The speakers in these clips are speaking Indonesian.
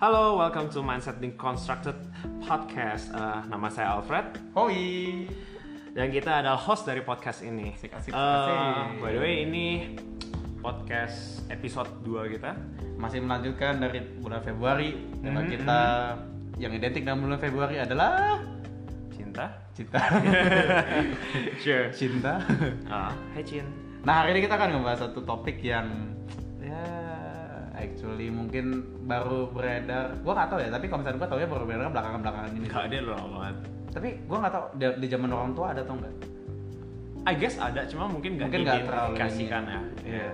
Halo, welcome to Mindset Being Constructed Podcast. Eh, nama saya Alfred Hoi. dan kita adalah host dari podcast ini. Asik, asik, asik. Eh, by the way, ini podcast episode 2 kita. Masih melanjutkan dari bulan Februari. Tema kita yang identik dengan bulan Februari adalah Cinta. cinta. Sure. cinta. Ah, hai Cin. Nah, hari ini kita akan ngebahas satu topik yang ya actually mungkin baru beredar. Gua nggak tahu ya, tapi kalau misalnya gua taunya baru beredar kan belakangan-belakangan ini. Gak ada loh banget. Tapi gua nggak tahu di, di zaman orang tua ada atau enggak. I guess ada, cuma mungkin gak Mungkin nggak terlalu diidentifikasikan ya. Iya.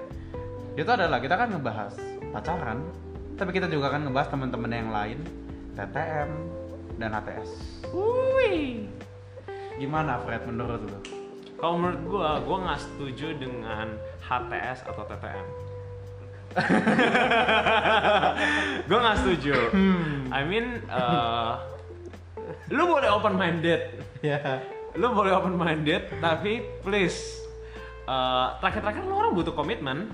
Itu adalah kita kan ngebahas pacaran, tapi kita juga akan ngebahas teman-teman yang lain, TTM dan HTS. Wuih. Gimana Fred menurut lu? Kalau menurut gue, gue nggak setuju dengan HTS atau TTM. gue nggak setuju. I mean, eh, lu boleh open minded, Iya. Ya. lu boleh open minded, tapi please eh, terakhir-terakhir lu orang butuh komitmen,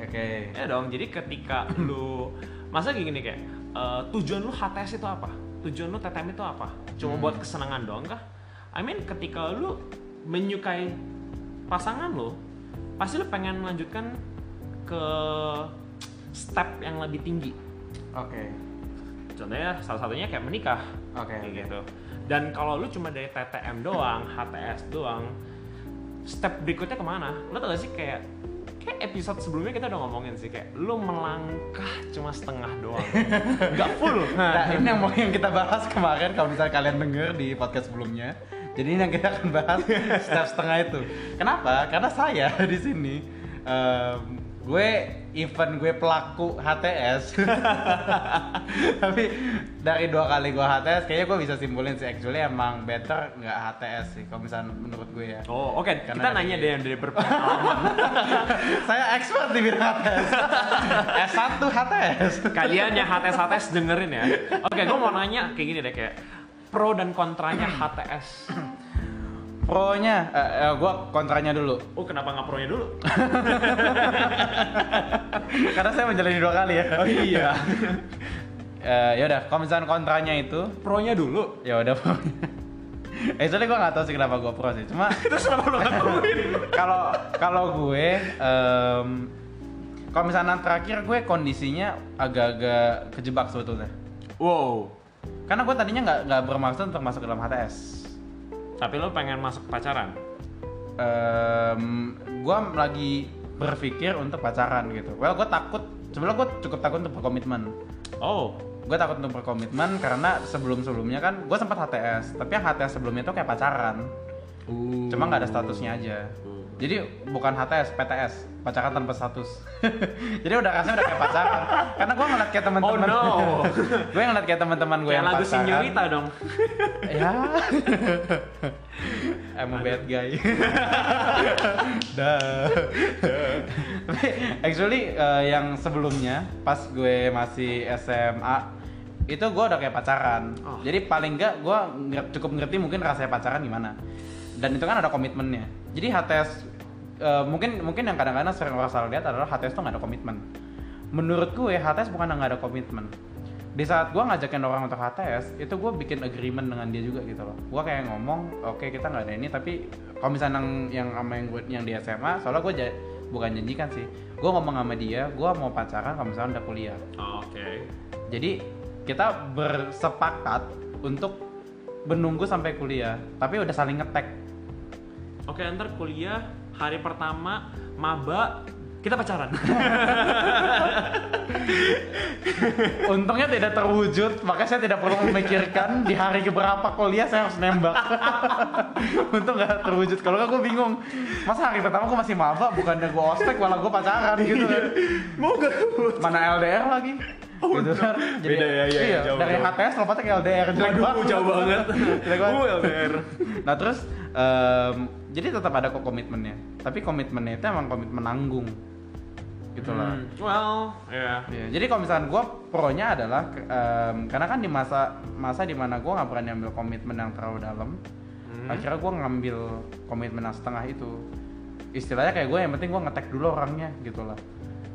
Oke. ya dong. Jadi ketika lu masa kayak gini kayak eh, tujuan lu HTS itu apa? Tujuan lu TTM itu apa? Cuma buat kesenangan doang kah? I mean ketika lu menyukai pasangan lu, pasti lu pengen melanjutkan ke step yang lebih tinggi. Oke. Contohnya salah satunya kayak menikah. Oke. Kayak gitu. Dan kalau lu cuma dari TTM doang, HTS doang, step berikutnya kemana? Lu tau gak sih kayak kayak episode sebelumnya kita udah ngomongin sih kayak lu melangkah cuma setengah doang, nggak full. Nah, ini yang mau yang kita bahas kemarin kalau misalnya kalian denger di podcast sebelumnya. Jadi ini yang kita akan bahas step setengah itu. Kenapa? Karena saya di sini em, gue event gue pelaku HTS. Tapi dari dua kali gue HTS, kayaknya gue bisa simpulin sih actually emang better nggak HTS sih kalau misalnya menurut gue ya. Oh oke, kita Karena- nanya deh yang dari berpengalaman. saya expert di bidang HTS. S1 HTS. Kalian yang HTS HTS dengerin ya. Oke, gue mau nanya kayak gini deh kayak pro dan kontranya HTS. Pro-nya, eh, eh, gue kontranya dulu. Oh kenapa nggak pro-nya dulu? Karena saya menjalani dua kali ya. Oh iya. ya udah, kalau misalnya kontranya itu, Pro-nya dulu. ya udah pro. Eh, soalnya gue nggak tahu sih kenapa gue pro sih. Cuma Terus kenapa lu ngakuin? kalau kalau gue, em, kalau misalnya terakhir gue kondisinya agak-agak kejebak sebetulnya. Wow. Karena gue tadinya nggak nggak bermaksud untuk masuk ke dalam HTS. Tapi lo pengen masuk pacaran? Em, gue lagi berpikir untuk pacaran gitu. Well, gue takut. Sebenarnya gue cukup takut untuk berkomitmen. Oh, gue takut untuk berkomitmen karena sebelum sebelumnya kan gue sempat HTS tapi yang HTS sebelumnya itu kayak pacaran cuma nggak ada statusnya aja jadi bukan HTS PTS pacaran tanpa status jadi udah rasanya udah kayak pacaran karena gue ngeliat kayak teman-teman Oh, no. gue ngeliat kayak teman-teman gue kayak yang lagu pacaran Señorita dong. ya I'm a bad guy dah tapi actually eh, yang sebelumnya pas gue masih SMA itu gue udah kayak pacaran Oh. jadi paling nggak gue nger- cukup ngerti mungkin rasanya pacaran gimana dan itu kan ada komitmennya jadi HTS eh, mungkin mungkin yang kadang-kadang sering orang salah lihat adalah HTS tuh nggak ada komitmen menurut gue HTS bukan nggak ada komitmen di saat gue ngajakin orang untuk HTS itu gue bikin agreement dengan dia juga gitu loh gue kayak ngomong oke kita nggak ada ini tapi kalau misalnya yang yang sama yang gue yang di SMA soalnya gue ja- bukan janjikan sih gue ngomong sama dia gue mau pacaran kalau misalnya udah kuliah Oke. jadi kita bersepakat untuk menunggu sampai kuliah tapi udah saling ngetek Oke, ntar kuliah hari pertama maba kita pacaran. untungnya tidak terwujud makanya saya tidak perlu memikirkan di hari keberapa kuliah saya harus nembak untung nggak terwujud kalau nggak gue bingung masa hari pertama gue masih maba bukannya gue ospek malah gue pacaran gitu kan Mau gak? mana LDR lagi Oh, gitu no. kan Beda ya, iya, iya, jauh, dari jauh. HTS lompatnya ke LDR jelek Aduh, banget. jauh banget. jelek banget Gue LDR. nah terus em, jadi tetap ada kok komitmennya tapi komitmennya itu emang komitmen nanggung gitu lah Hmm, Well, ya. Iya, jadi kalau misalkan gue pro-nya adalah ke- em, karena kan di masa masa di mana gue nggak berani ambil komitmen yang terlalu dalam, akhirnya gue ngambil komitmen yang setengah itu. Istilahnya kayak gue yang penting gue ngetek dulu orangnya gitu lah,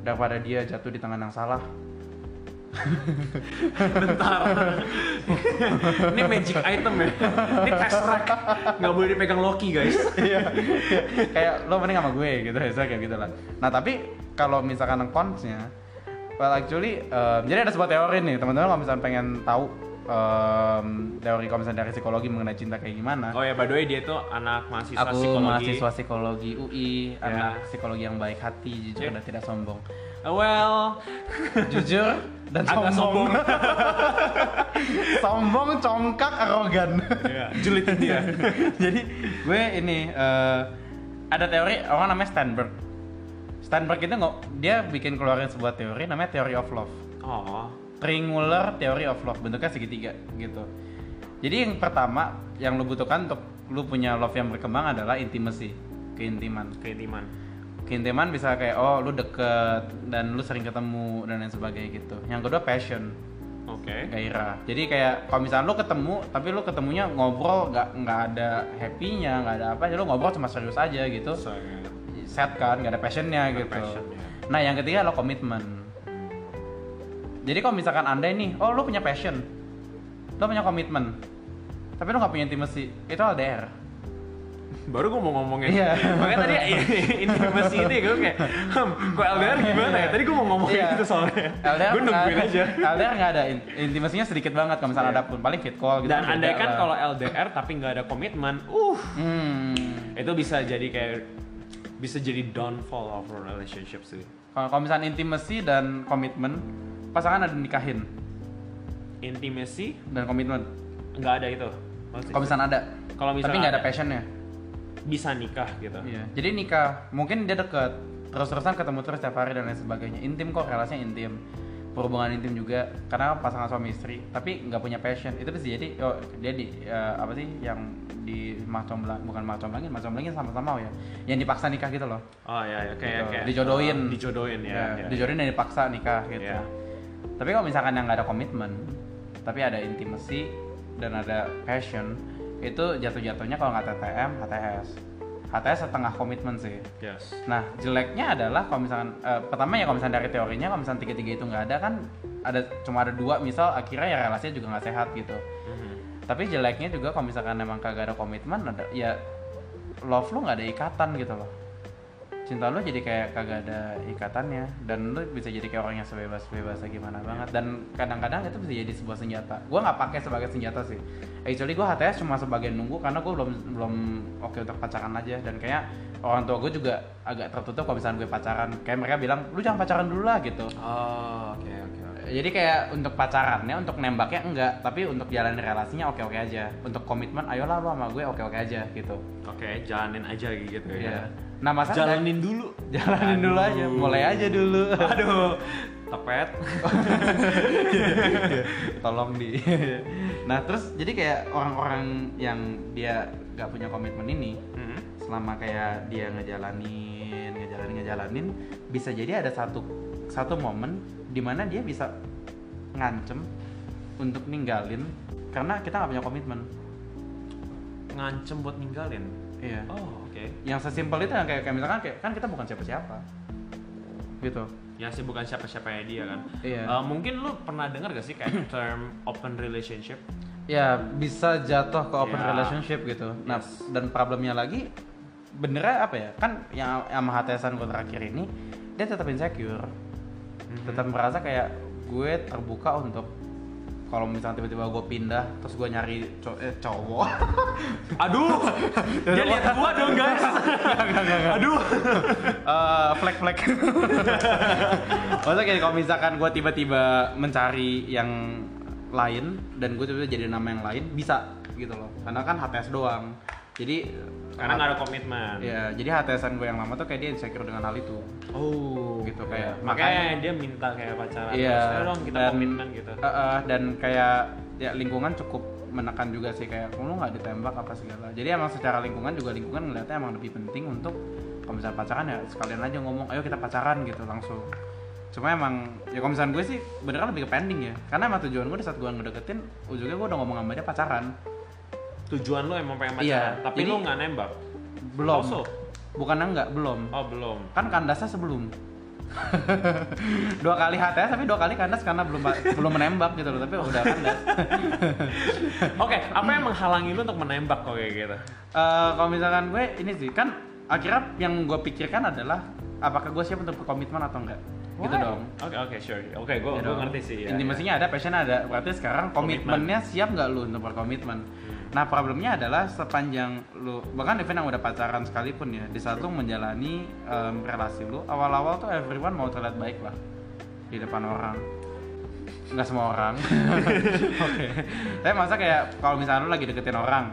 daripada dia jatuh di tangan yang salah. bentar ini magic item ya ini test rack nggak boleh dipegang Loki guys Iya. kayak lo mending sama gue gitu misalnya kayak gitu lah nah tapi kalau misalkan cons-nya well actually um, jadi ada sebuah teori nih teman-teman kalau misalkan pengen tahu um, teori kalau misalkan dari psikologi mengenai cinta kayak gimana oh ya by the way dia tuh anak mahasiswa aku psikologi mahasiswa psikologi UI Ya. anak psikologi yang baik hati jujur Ya. dan tidak sombong Uh, well jujur dan agak sombong sombong congkak arogan Iya, julitin dia Jadi gue ini eh, ada teori orang namanya Sternberg. Sternberg itu nggak dia bikin keluarin sebuah teori namanya Theory of Love. oh Triangular Theory of Love bentuknya segitiga gitu. Jadi yang pertama yang lu butuhkan untuk lu punya love yang berkembang adalah intimacy, keintiman. keintiman Keintiman bisa kayak oh lu deket dan lu sering ketemu dan lain sebagainya gitu. Yang kedua passion oke gairah jadi kayak kalau misalnya lo ketemu tapi lo ketemunya ngobrol nggak nggak ada happy-nya nggak ada apa aja lo ngobrol cuma serius aja gitu Sangat sad kan nggak ada passionnya gitu passion, ya. nah yang ketiga lo komitmen jadi kalau misalkan anda nih oh lo punya passion lo punya komitmen tapi lo nggak punya intimacy itu LDR baru gue mau ngomongin Iya. makanya tadi ya, intimasi itu ya gue kayak hmm, kok LDR gimana ya tadi gue mau ngomongin Iya. itu soalnya LDR gue nungguin nggak- aja LDR nggak ada in- intimasinya sedikit banget kalau misalnya Iya. ada pun paling fit call gitu dan beda andai kan lah. kalau LDR tapi nggak ada komitmen uh hmm. itu bisa jadi kayak bisa jadi downfall of a relationship sih Kalau kalau misalnya intimacy dan komitmen, pasangan ada nikahin intimasi dan komitmen. nggak ada itu Maksudnya, Kalau misalnya ada, kalau misalnya tapi nggak ada ada. passionnya. bisa nikah gitu Iya. Jadi nikah, mungkin dia deket, terus-terusan ketemu terus setiap hari dan lain sebagainya. Intim kok relasinya intim, perhubungan intim juga. Karena pasangan suami istri, tapi nggak punya passion. Itu bisa jadi, oh, dia di eh, apa sih yang di mah comblang, bukan mah comblangin, mah comblangin sama-sama oh ya. Yang dipaksa nikah gitu loh. oh ya ya kayak Gitu. kayak Dijodohin. uh, dijodohin ya, Ya, ya. dijodohin dan dipaksa nikah gitu. Iya. Tapi kalau misalkan yang nggak ada komitmen, tapi ada intimasi dan ada passion, itu jatuh-jatuhnya kalau nggak TTM, HTS. HTS setengah komitmen sih. yes Nah, jeleknya adalah kalau misalkan eh, pertama ya kalau misalkan dari teorinya kalau misalkan tiga-tiga itu nggak ada kan ada cuma ada dua misal akhirnya ya relasinya juga nggak sehat gitu. Mhm. Tapi jeleknya juga kalau misalkan emang kagak ada komitmen ada ya love lu nggak ada ikatan gitu loh. Cinta lu jadi kayak kagak ada ikatannya dan lu bisa jadi kayak orang yang sebebas-bebasnya gimana banget dan kadang-kadang itu bisa jadi sebuah senjata. Gua nggak pakai sebagai senjata sih. Actually gua HTS cuma sebagai nunggu karena gua belum belum oke untuk pacaran aja dan kayak orang tua gue juga agak tertutup kalau misalnya gue pacaran. Kayak mereka bilang lu jangan pacaran dulu lah gitu. oh oke oke oke. Jadi kayak untuk pacarannya, untuk nembaknya enggak, tapi untuk jalan relasinya oke-oke aja. Untuk komitmen, ayolah lu sama gue oke-oke aja gitu. oke jalanin aja gitu Iya. ya Nah, masa jalanin dulu jalanin dulu aja, Aduh. mulai aja dulu. aduh tepet Tolong di. nah, terus jadi kayak orang-orang yang dia nggak punya komitmen ini, Mhm. selama kayak dia ngejalanin, ngejalanin, ngejalanin, bisa jadi ada satu satu momen dimana dia bisa ngancem untuk ninggalin karena kita nggak punya komitmen. ngancem buat ninggalin Iya. oh oke Yang sesimpel itu yang kayak, kayak misalkan kayak, kan kita bukan siapa-siapa. Gitu. ya sih bukan siapa-siapanya dia kan Iya. Eh, mungkin lu pernah dengar gak sih kayak term open relationship Ya, bisa jatuh ke open Ya. relationship gitu. Nah, Yes. dan problemnya lagi benernya apa ya? Kan yang yang sama HTSan gue terakhir ini dia tetap insecure. Mhm. Tetap merasa kayak gue terbuka untuk kalau misalnya tiba-tiba gue pindah terus gue nyari cow- eh, cowok aduh dia lihat gua dong guys aduh Eh, flag flag masa kayak kalau misalkan gue tiba-tiba mencari yang lain dan gue tiba-tiba jadi nama yang lain bisa gitu loh karena kan HTS doang jadi karena nggak ada komitmen ya jadi HTSan gue yang lama tuh kayak dia insecure dengan hal itu oh Gitu kayak- makanya Iya, dia minta kayak pacaran Terus, "Ayo dong kita Iya, dan- komitmen gitu Eh, eh, dan kayak ya lingkungan cukup menekan juga sih kayak "Oh, lu nggak ditembak apa segala jadi emang secara lingkungan juga lingkungan ngeliatnya emang lebih penting untuk kalau misalnya pacaran ya sekalian aja ngomong ayo kita pacaran gitu langsung cuma emang ya kalau misalnya gue sih beneran lebih ke pending ya karena emang tujuan gue di saat gue ngedeketin ujungnya gue udah ngomong sama dia pacaran tujuan lu emang pengen pacaran Iya, tapi jadi- lu nggak nembak belum Also. bukan enggak belum oh belum kan kandasnya sebelum dua kali HTS tapi dua kali kandas karena belum belum menembak gitu loh tapi udah kandas Oke, apa yang menghalangi lu untuk menembak kok kayak gitu? Eh, kalau misalkan gue ini sih kan akhirnya yang gue pikirkan adalah apakah gue siap untuk komitmen atau enggak gitu Why? dong Oke, oke, sure. Oke, gue Gitu dong. ngerti sih. ya, Intimasinya ada, passionnya ada. Berarti sekarang komitmennya siap nggak lu untuk berkomitmen? Nah problemnya adalah sepanjang lu bahkan even yang udah pacaran sekalipun ya di saat lu menjalani em, relasi lu awal-awal tuh everyone mau terlihat baik lah di depan orang nggak semua orang oke tapi masa kayak kalau misalnya lu lagi deketin orang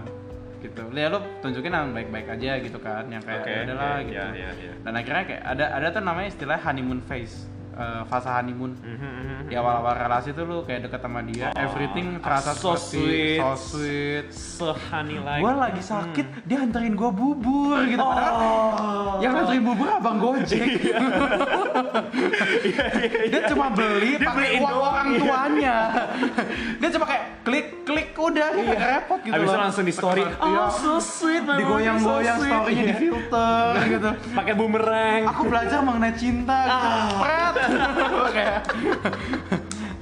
gitu ya lu tunjukin yang baik-baik aja gitu kan yang kayak Oke, ya udah lah oke, gitu iya, iya, iya. dan akhirnya kayak ada ada tuh namanya istilah honeymoon phase eh, fase honeymoon Mhm, mhm. di awal-awal relasi tuh lu kayak deket sama dia Oh, everything terasa so seperti sweet. so sweet Sehani like. gue lagi sakit Hmm. dia anterin gue bubur gitu padahal Oh. yang anterin bubur abang gojek Iya, dia cuma beli Dia beli pakai uang Indomie. orang tuanya dia cuma kayak klik klik udah dia nggak repot gitu Abis Iya. itu loh. langsung di story. Iya. Oh, so sweet, my digoyang-goyang mommy, so sweet." Iya, storynya di filter gitu Pakai bumerang. aku belajar mengenai cinta gitu. Pret. Kayak-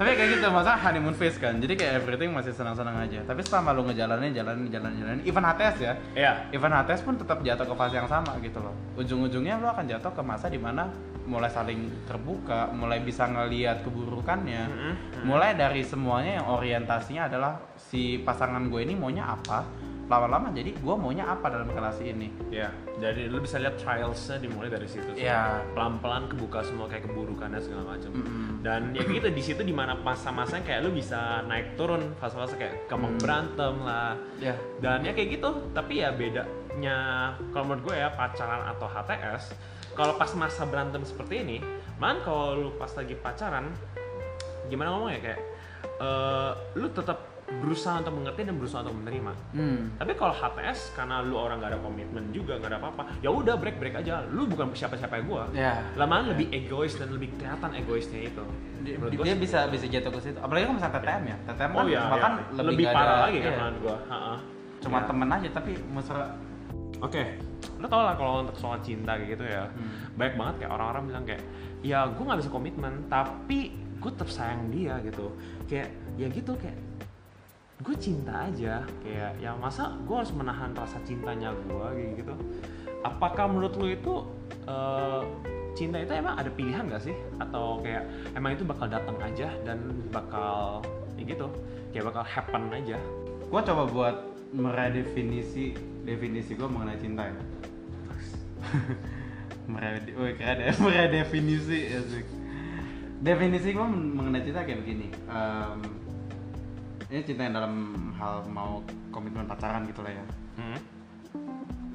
tapi kayak gitu masa honeymoon phase kan jadi kayak everything masih senang-senang aja tapi selama lu ngejalanin jalanin jalanin jalanin even HTS ya Iya. even HTS pun tetap jatuh ke fase yang sama gitu loh ujung-ujungnya lu akan jatuh ke masa dimana mulai saling terbuka mulai bisa ngeliat keburukannya Mhm. mulai dari semuanya yang orientasinya adalah si pasangan gue ini maunya apa lama-lama jadi gue maunya apa dalam relasi ini Iya. Jadi lu bisa lihat trialsnya dimulai dari situ. sih. Iya. Pelan-pelan kebuka semua kayak keburukannya segala macam. Mm-mm. Dan ya gitu di situ dimana masa-masanya kayak lu bisa naik turun fase-fase kayak Mhm. gampang berantem lah. ya Dan ya kayak gitu. Tapi ya bedanya kalau menurut gue ya pacaran atau HTS. Kalau pas masa berantem seperti ini, man kalau lu pas lagi pacaran, gimana ngomongnya kayak eh, lu tetap berusaha untuk mengerti dan berusaha untuk menerima. hmm. Tapi kalau HTS karena lu orang gak ada komitmen juga gak ada apa-apa, ya udah break break aja. Lu bukan siapa-siapa gua. ya Lamaan lebih egois dan lebih kelihatan egoisnya itu. Di- Menurut di- gua dia sih- bisa bisa jatuh ke situ apalagi kalau misalnya TTM ya TTM kan oh ya, bahkan lebih, lebih nggak parah ada- lagi kan iya, menurut gua. Ha-ha. cuma Ya. temen aja tapi mesra Oke. Lu tau lah kalau untuk soal cinta kayak gitu ya, Hmm. banyak banget kayak orang-orang bilang kayak, ya gue nggak bisa komitmen, tapi gue tetap sayang dia gitu. Kayak, ya gitu kayak, gue cinta aja. Kayak, ya masa gue harus menahan rasa cintanya gue kayak gitu. Apakah menurut lu itu eh, cinta itu emang ada pilihan gak sih? Atau kayak emang itu bakal datang aja dan bakal ya gitu, kayak bakal happen aja. gue coba buat meredefinisi definisi gue mengenai cinta ya Merede, wih, keren ya. meredefinisi asik. definisi gue mengenai cinta kayak begini Em, ini cinta yang dalam hal mau komitmen pacaran gitu lah ya Hmm.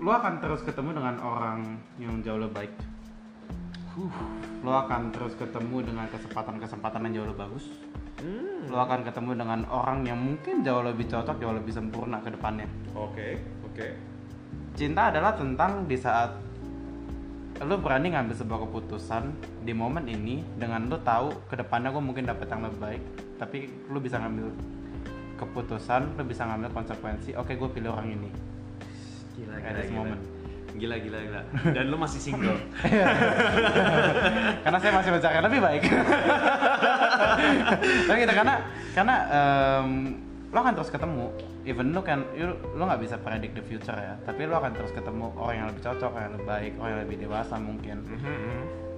lo akan terus ketemu dengan orang yang jauh lebih baik lo akan terus ketemu dengan kesempatan-kesempatan yang jauh lebih bagus Hmm. lo akan ketemu dengan orang yang mungkin jauh lebih cocok jauh lebih sempurna ke depannya Oke, oke. cinta adalah tentang di saat lo berani ngambil sebuah keputusan di momen ini dengan lo tahu ke depannya gue mungkin dapet yang lebih baik tapi lo bisa ngambil keputusan lo bisa ngambil konsekuensi oke gue pilih orang ini Gila, At this moment. Gila, gila, gila. Dan lu masih single. karena saya masih mencari yang lebih baik tapi gitu karena karena em, lo akan terus ketemu even lo kan you- lo nggak bisa predict the future ya tapi lo akan terus ketemu orang yang lebih cocok orang yang lebih baik orang yang lebih dewasa mungkin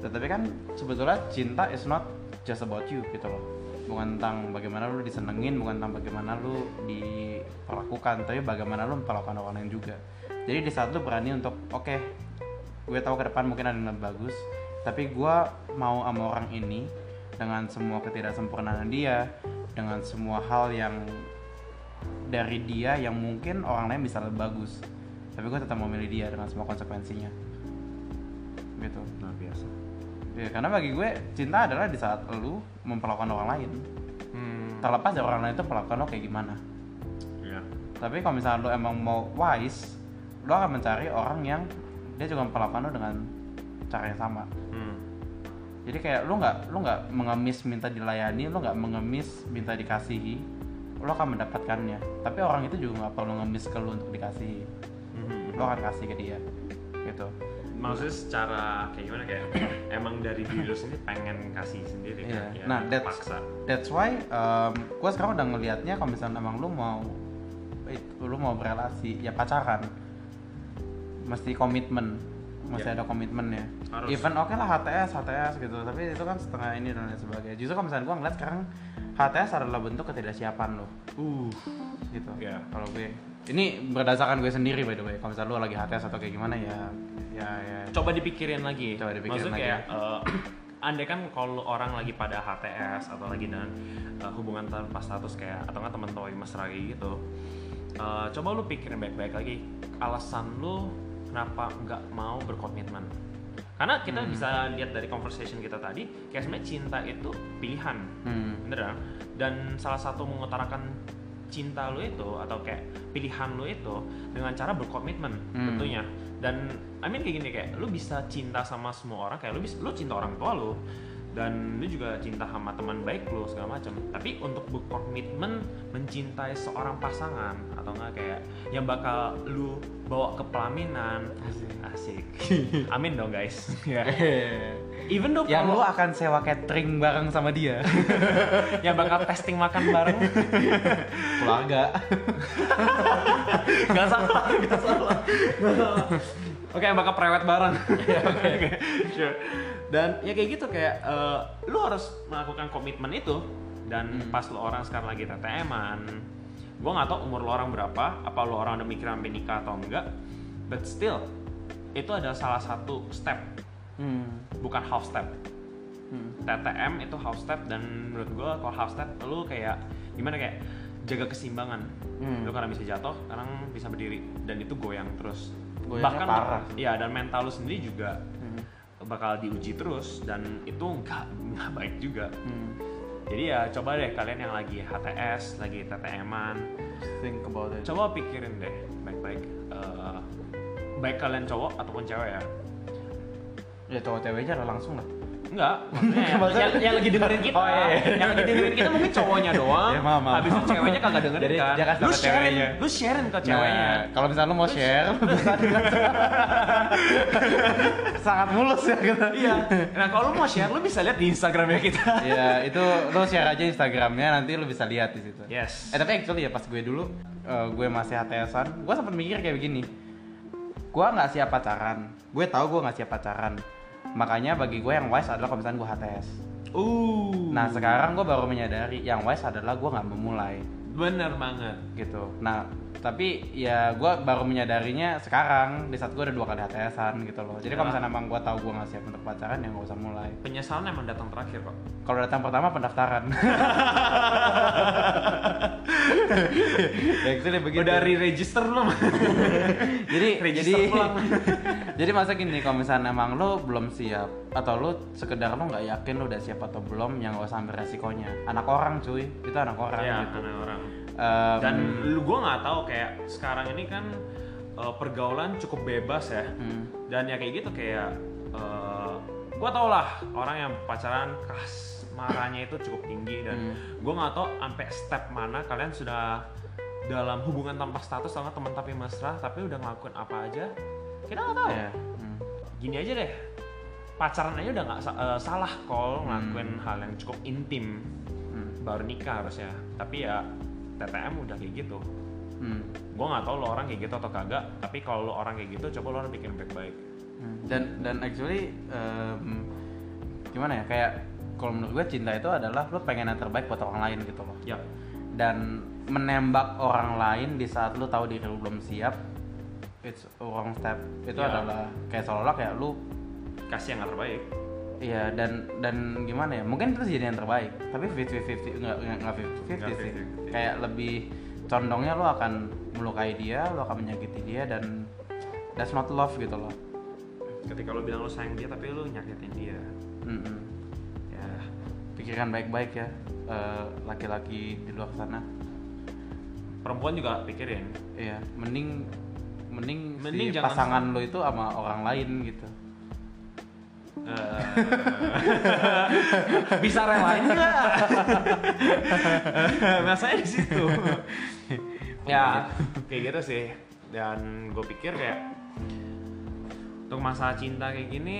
tetapi kan sebetulnya cinta is not just about you gitu loh bukan tentang bagaimana lu disenengin bukan tentang bagaimana lu diperlakukan tapi bagaimana lu memperlakukan orang lain juga jadi di saat lu berani untuk oke gue tahu ke depan mungkin ada yang lebih bagus tapi gue mau sama orang ini dengan semua ketidaksempurnaan dia dengan semua hal yang dari dia yang mungkin orang lain bisa lebih bagus tapi gue tetap memilih dia dengan semua konsekuensinya gitu Nah, biasa. Ya, karena bagi gue cinta adalah di saat lu memperlakukan orang lain. Hmm. Terlepas dari orang lain itu perlakukan lo kayak gimana. Iya. Tapi kalau misalnya lu emang mau wise, lu akan mencari orang yang dia juga memperlakukan lo dengan cara yang sama. Hmm. Jadi kayak lu nggak lu nggak mengemis minta dilayani, lu nggak mengemis minta dikasihi, lu akan mendapatkannya. Tapi orang itu juga nggak perlu ngemis ke lu untuk dikasihi. Lu akan kasih ke dia. Gitu. Maksudnya secara kayak gimana kayak emang yang dari diri lu sendiri pengen kasih sendiri kan Iya. ya, Nah, that's- paksa That's why um, gue sekarang udah ngelihatnya kalau misalnya emang lu mau eh, lu mau berelasi ya pacaran mesti komitmen Ya. mesti ada komitmennya Harus. even oke lah HTS HTS gitu tapi itu kan setengah ini dan lain sebagainya justru kalau misalnya gue ngeliat sekarang HTS adalah bentuk ketidaksiapan lo uh gitu Ya. kalau gue ini berdasarkan gue sendiri by the way kalau misalnya lu lagi HTS atau kayak gimana ya ya ya coba dipikirin lagi Coba dipikirin maksudnya lagi. kayak eh, andai kan kalau orang lagi pada HTS atau lagi dengan eh, hubungan tanpa status kayak atau nggak teman toy mesra kayak gitu eh, coba lu pikirin baik-baik lagi alasan lu kenapa nggak mau berkomitmen karena kita Hmm. bisa lihat dari conversation kita tadi kayak sebenarnya cinta itu pilihan hmm. bener kan? dan salah satu mengutarakan cinta lo itu atau kayak pilihan lo itu dengan cara berkomitmen Hmm. tentunya dan I mean kayak gini kayak lo bisa cinta sama semua orang kayak lo bisa lo cinta orang tua lo dan lo juga cinta sama teman baik lo segala macam tapi untuk berkomitmen mencintai seorang pasangan atau enggak kayak yang bakal lo bawa ke pelaminan asik, amin dong guys ya even though yang lu kalau- akan sewa catering bareng sama dia yang bakal testing makan bareng keluarga Gak salah, gak salah. Gak salah. Oke, bakal prewet bareng. Oke, oke. Sure. Dan ya kayak gitu kayak eh, lu harus melakukan komitmen itu dan pas lu orang sekarang lagi TTM-an. Gua nggak tahu umur lu orang berapa, apa lu orang udah mikir sampai nikah atau enggak. But still itu adalah salah satu step, Hmm. bukan half step. Hmm. TTM itu half step dan menurut gua kalau half step lu kayak gimana kayak jaga keseimbangan Hmm. lu karena bisa jatuh sekarang bisa berdiri dan itu goyang terus bahkan Goyangnya parah. ya dan mental lu sendiri juga hmm, bakal diuji terus dan itu nggak nggak baik juga Hmm. jadi ya coba deh kalian yang lagi HTS lagi TTM-an Think about it. coba pikirin deh baik-baik eh, baik kalian cowok ataupun cewek ya Ya cowok ceweknya udah langsung lah. Enggak, maksudnya yang- Maksudnya- yang, yang lagi dengerin kita, Oh, iya, iya. yang lagi dengerin kita mungkin cowoknya doang, Ya, maaf, maaf. habis itu ceweknya kagak dengerin Jadi, kan, jangan lu sama sharein, ceweknya. lu sharein ke ceweknya, Ceweknya. Nah, kalau misalnya lo mau share, bisa dilangsung. sangat mulus ya gitu. iya, nah kalau lu mau share, lu bisa lihat di Instagramnya kita, Iya, itu lo share aja Instagramnya nanti lo bisa lihat di situ. yes, Eh tapi actually ya pas gue dulu, eh, gue masih HTSan, gue sempat mikir kayak begini. Gue nggak siap pacaran, gue tahu gue nggak siap pacaran. Makanya bagi gue yang wise adalah kalau misalnya gue HTS. uh, Nah sekarang gue baru menyadari yang wise adalah gue nggak memulai. bener banget, gitu. Nah, tapi ya gue baru menyadarinya sekarang di saat gue ada dua kali HTSan gitu loh. Jadi kalau Ya. misalnya emang gue tahu gue nggak siap untuk pacaran ya nggak usah mulai. penyesalan emang datang terakhir kok, Kalau datang pertama pendaftaran. ya, actually begitu. udah re-register belum? jadi jadi register pulang. jadi masa gini kalau misalnya emang lo belum siap atau lo sekedar lo nggak yakin lo udah siap atau belum yang gak usah ambil resikonya anak orang cuy itu anak orang ya, gitu karena orang, Em, dan lu gue nggak tahu kayak sekarang ini kan eh, pergaulan cukup bebas ya, hmm, dan ya kayak gitu kayak gue tau lah orang yang pacaran kas marahnya itu cukup tinggi dan Hmm. gue nggak tau sampai step mana kalian sudah dalam hubungan tanpa status sama teman tapi mesra tapi udah ngelakuin apa aja kita nggak tahu ya, hmm. gini aja deh pacaran aja udah nggak sa- eh, salah kalau ngelakuin hal yang cukup intim Hmm. baru nikah harusnya tapi ya TTM udah kayak gitu Hmm. gue nggak tahu lo orang kayak gitu atau kagak tapi kalau lo orang kayak gitu coba lo orang bikin baik-baik Hmm, dan dan actually em, gimana ya kayak kalau menurut gue cinta itu adalah lo pengen yang terbaik buat orang lain gitu loh ya dan menembak orang lain di saat lo tahu diri lo belum siap it's a wrong step itu Ya. adalah kayak seolah-olah kayak lo kasih yang gak terbaik Iya dan dan gimana ya mungkin itu jadi yang terbaik tapi 50-50 nggak nggak- nggak 50-50 Nggak sih 50-50. kayak lebih condongnya lo akan melukai dia lo akan menyakiti dia dan that's not love gitu loh ketika lo bilang lo sayang dia tapi lo nyakitin dia Mm-mm. ya pikirkan baik-baik ya eh, laki-laki di luar sana perempuan juga pikirin iya mending mending, Mending si jangan- pasangan lo itu sama orang lain gitu Eh, bisa relain nggak masanya di situ ya kayak gitu sih dan gue pikir kayak untuk masalah cinta kayak gini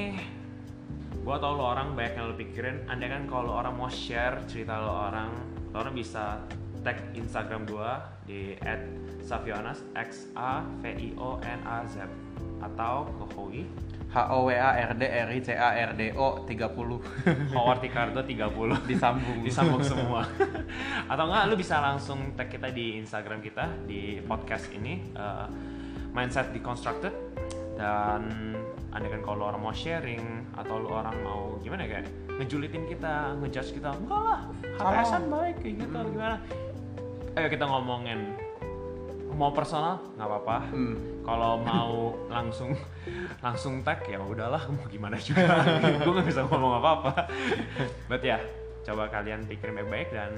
gue gue tau lo orang banyak yang lo pikirin andai kan kalau lo orang mau share cerita lo orang lo orang bisa tag instagram gue di @savionas x a v i o n a z atau ke Howie H O W A R D R I C A R D O 30 Howard Ricardo 30 disambung. disambung semua atau enggak lu bisa langsung tag kita di Instagram kita di podcast ini eh, mindset deconstructed dan andaikan kalau lu orang mau sharing atau lu orang mau gimana ya kayak ngejulitin kita ngejudge kita enggak lah Salah. HTSan baik kayak gitu gimana ayo kita ngomongin mau personal nggak apa-apa Hmm. kalau mau langsung langsung tag ya udahlah mau gimana juga gue nggak bisa ngomong apa-apa but ya coba kalian pikirin baik-baik dan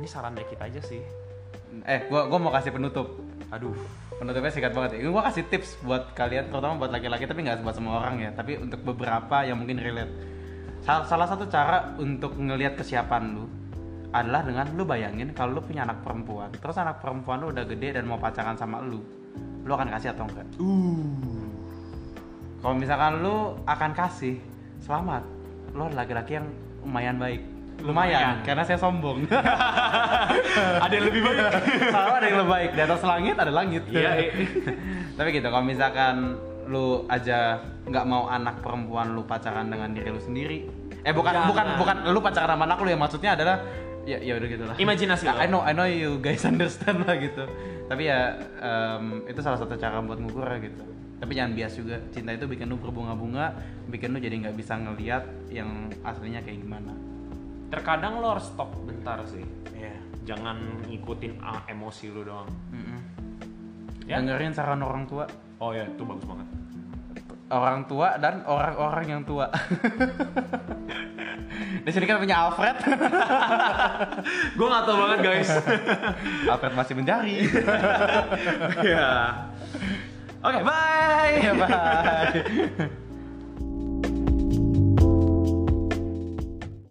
ini saran dari kita aja sih Eh, gua gua mau kasih penutup. aduh Penutupnya singkat banget. ya. Gua kasih tips buat kalian terutama buat laki-laki tapi nggak buat semua orang ya, tapi untuk beberapa yang mungkin relate. Sal- Salah satu cara untuk ngelihat kesiapan lu adalah dengan lu bayangin kalau lu punya anak perempuan, terus anak perempuan lu udah gede dan mau pacaran sama lu, lu akan kasih atau enggak? uh Kalau misalkan lu akan kasih, selamat. Lu adalah laki-laki yang lumayan baik. Lumayan, Lumayan. karena saya sombong. ada yang lebih baik Selalu ada yang lebih baik. Di atas langit ada langit. Iya, iya. Tapi gitu, kalau misalkan lu aja nggak mau anak perempuan lu pacaran dengan diri lu sendiri. Eh bukan Jangan. bukan bukan lu pacaran sama anak lu ya maksudnya adalah ya ya udah gitu lah. Imajinasi lu. I know I know you guys understand lah gitu. Tapi ya em, itu salah satu cara buat ngukur ya gitu. Tapi jangan bias juga. Cinta itu bikin lu berbunga-bunga, bikin lu jadi nggak bisa ngelihat yang aslinya kayak gimana. terkadang lo harus stop bentar sih Iya. jangan ngikutin ah, emosi lu doang Ya. Dengerin saran orang tua. oh ya itu bagus banget orang tua dan orang-orang yang tua. Di sini kan punya Alfred. gue nggak tahu banget guys Alfred masih mencari. ya oke bye Bye.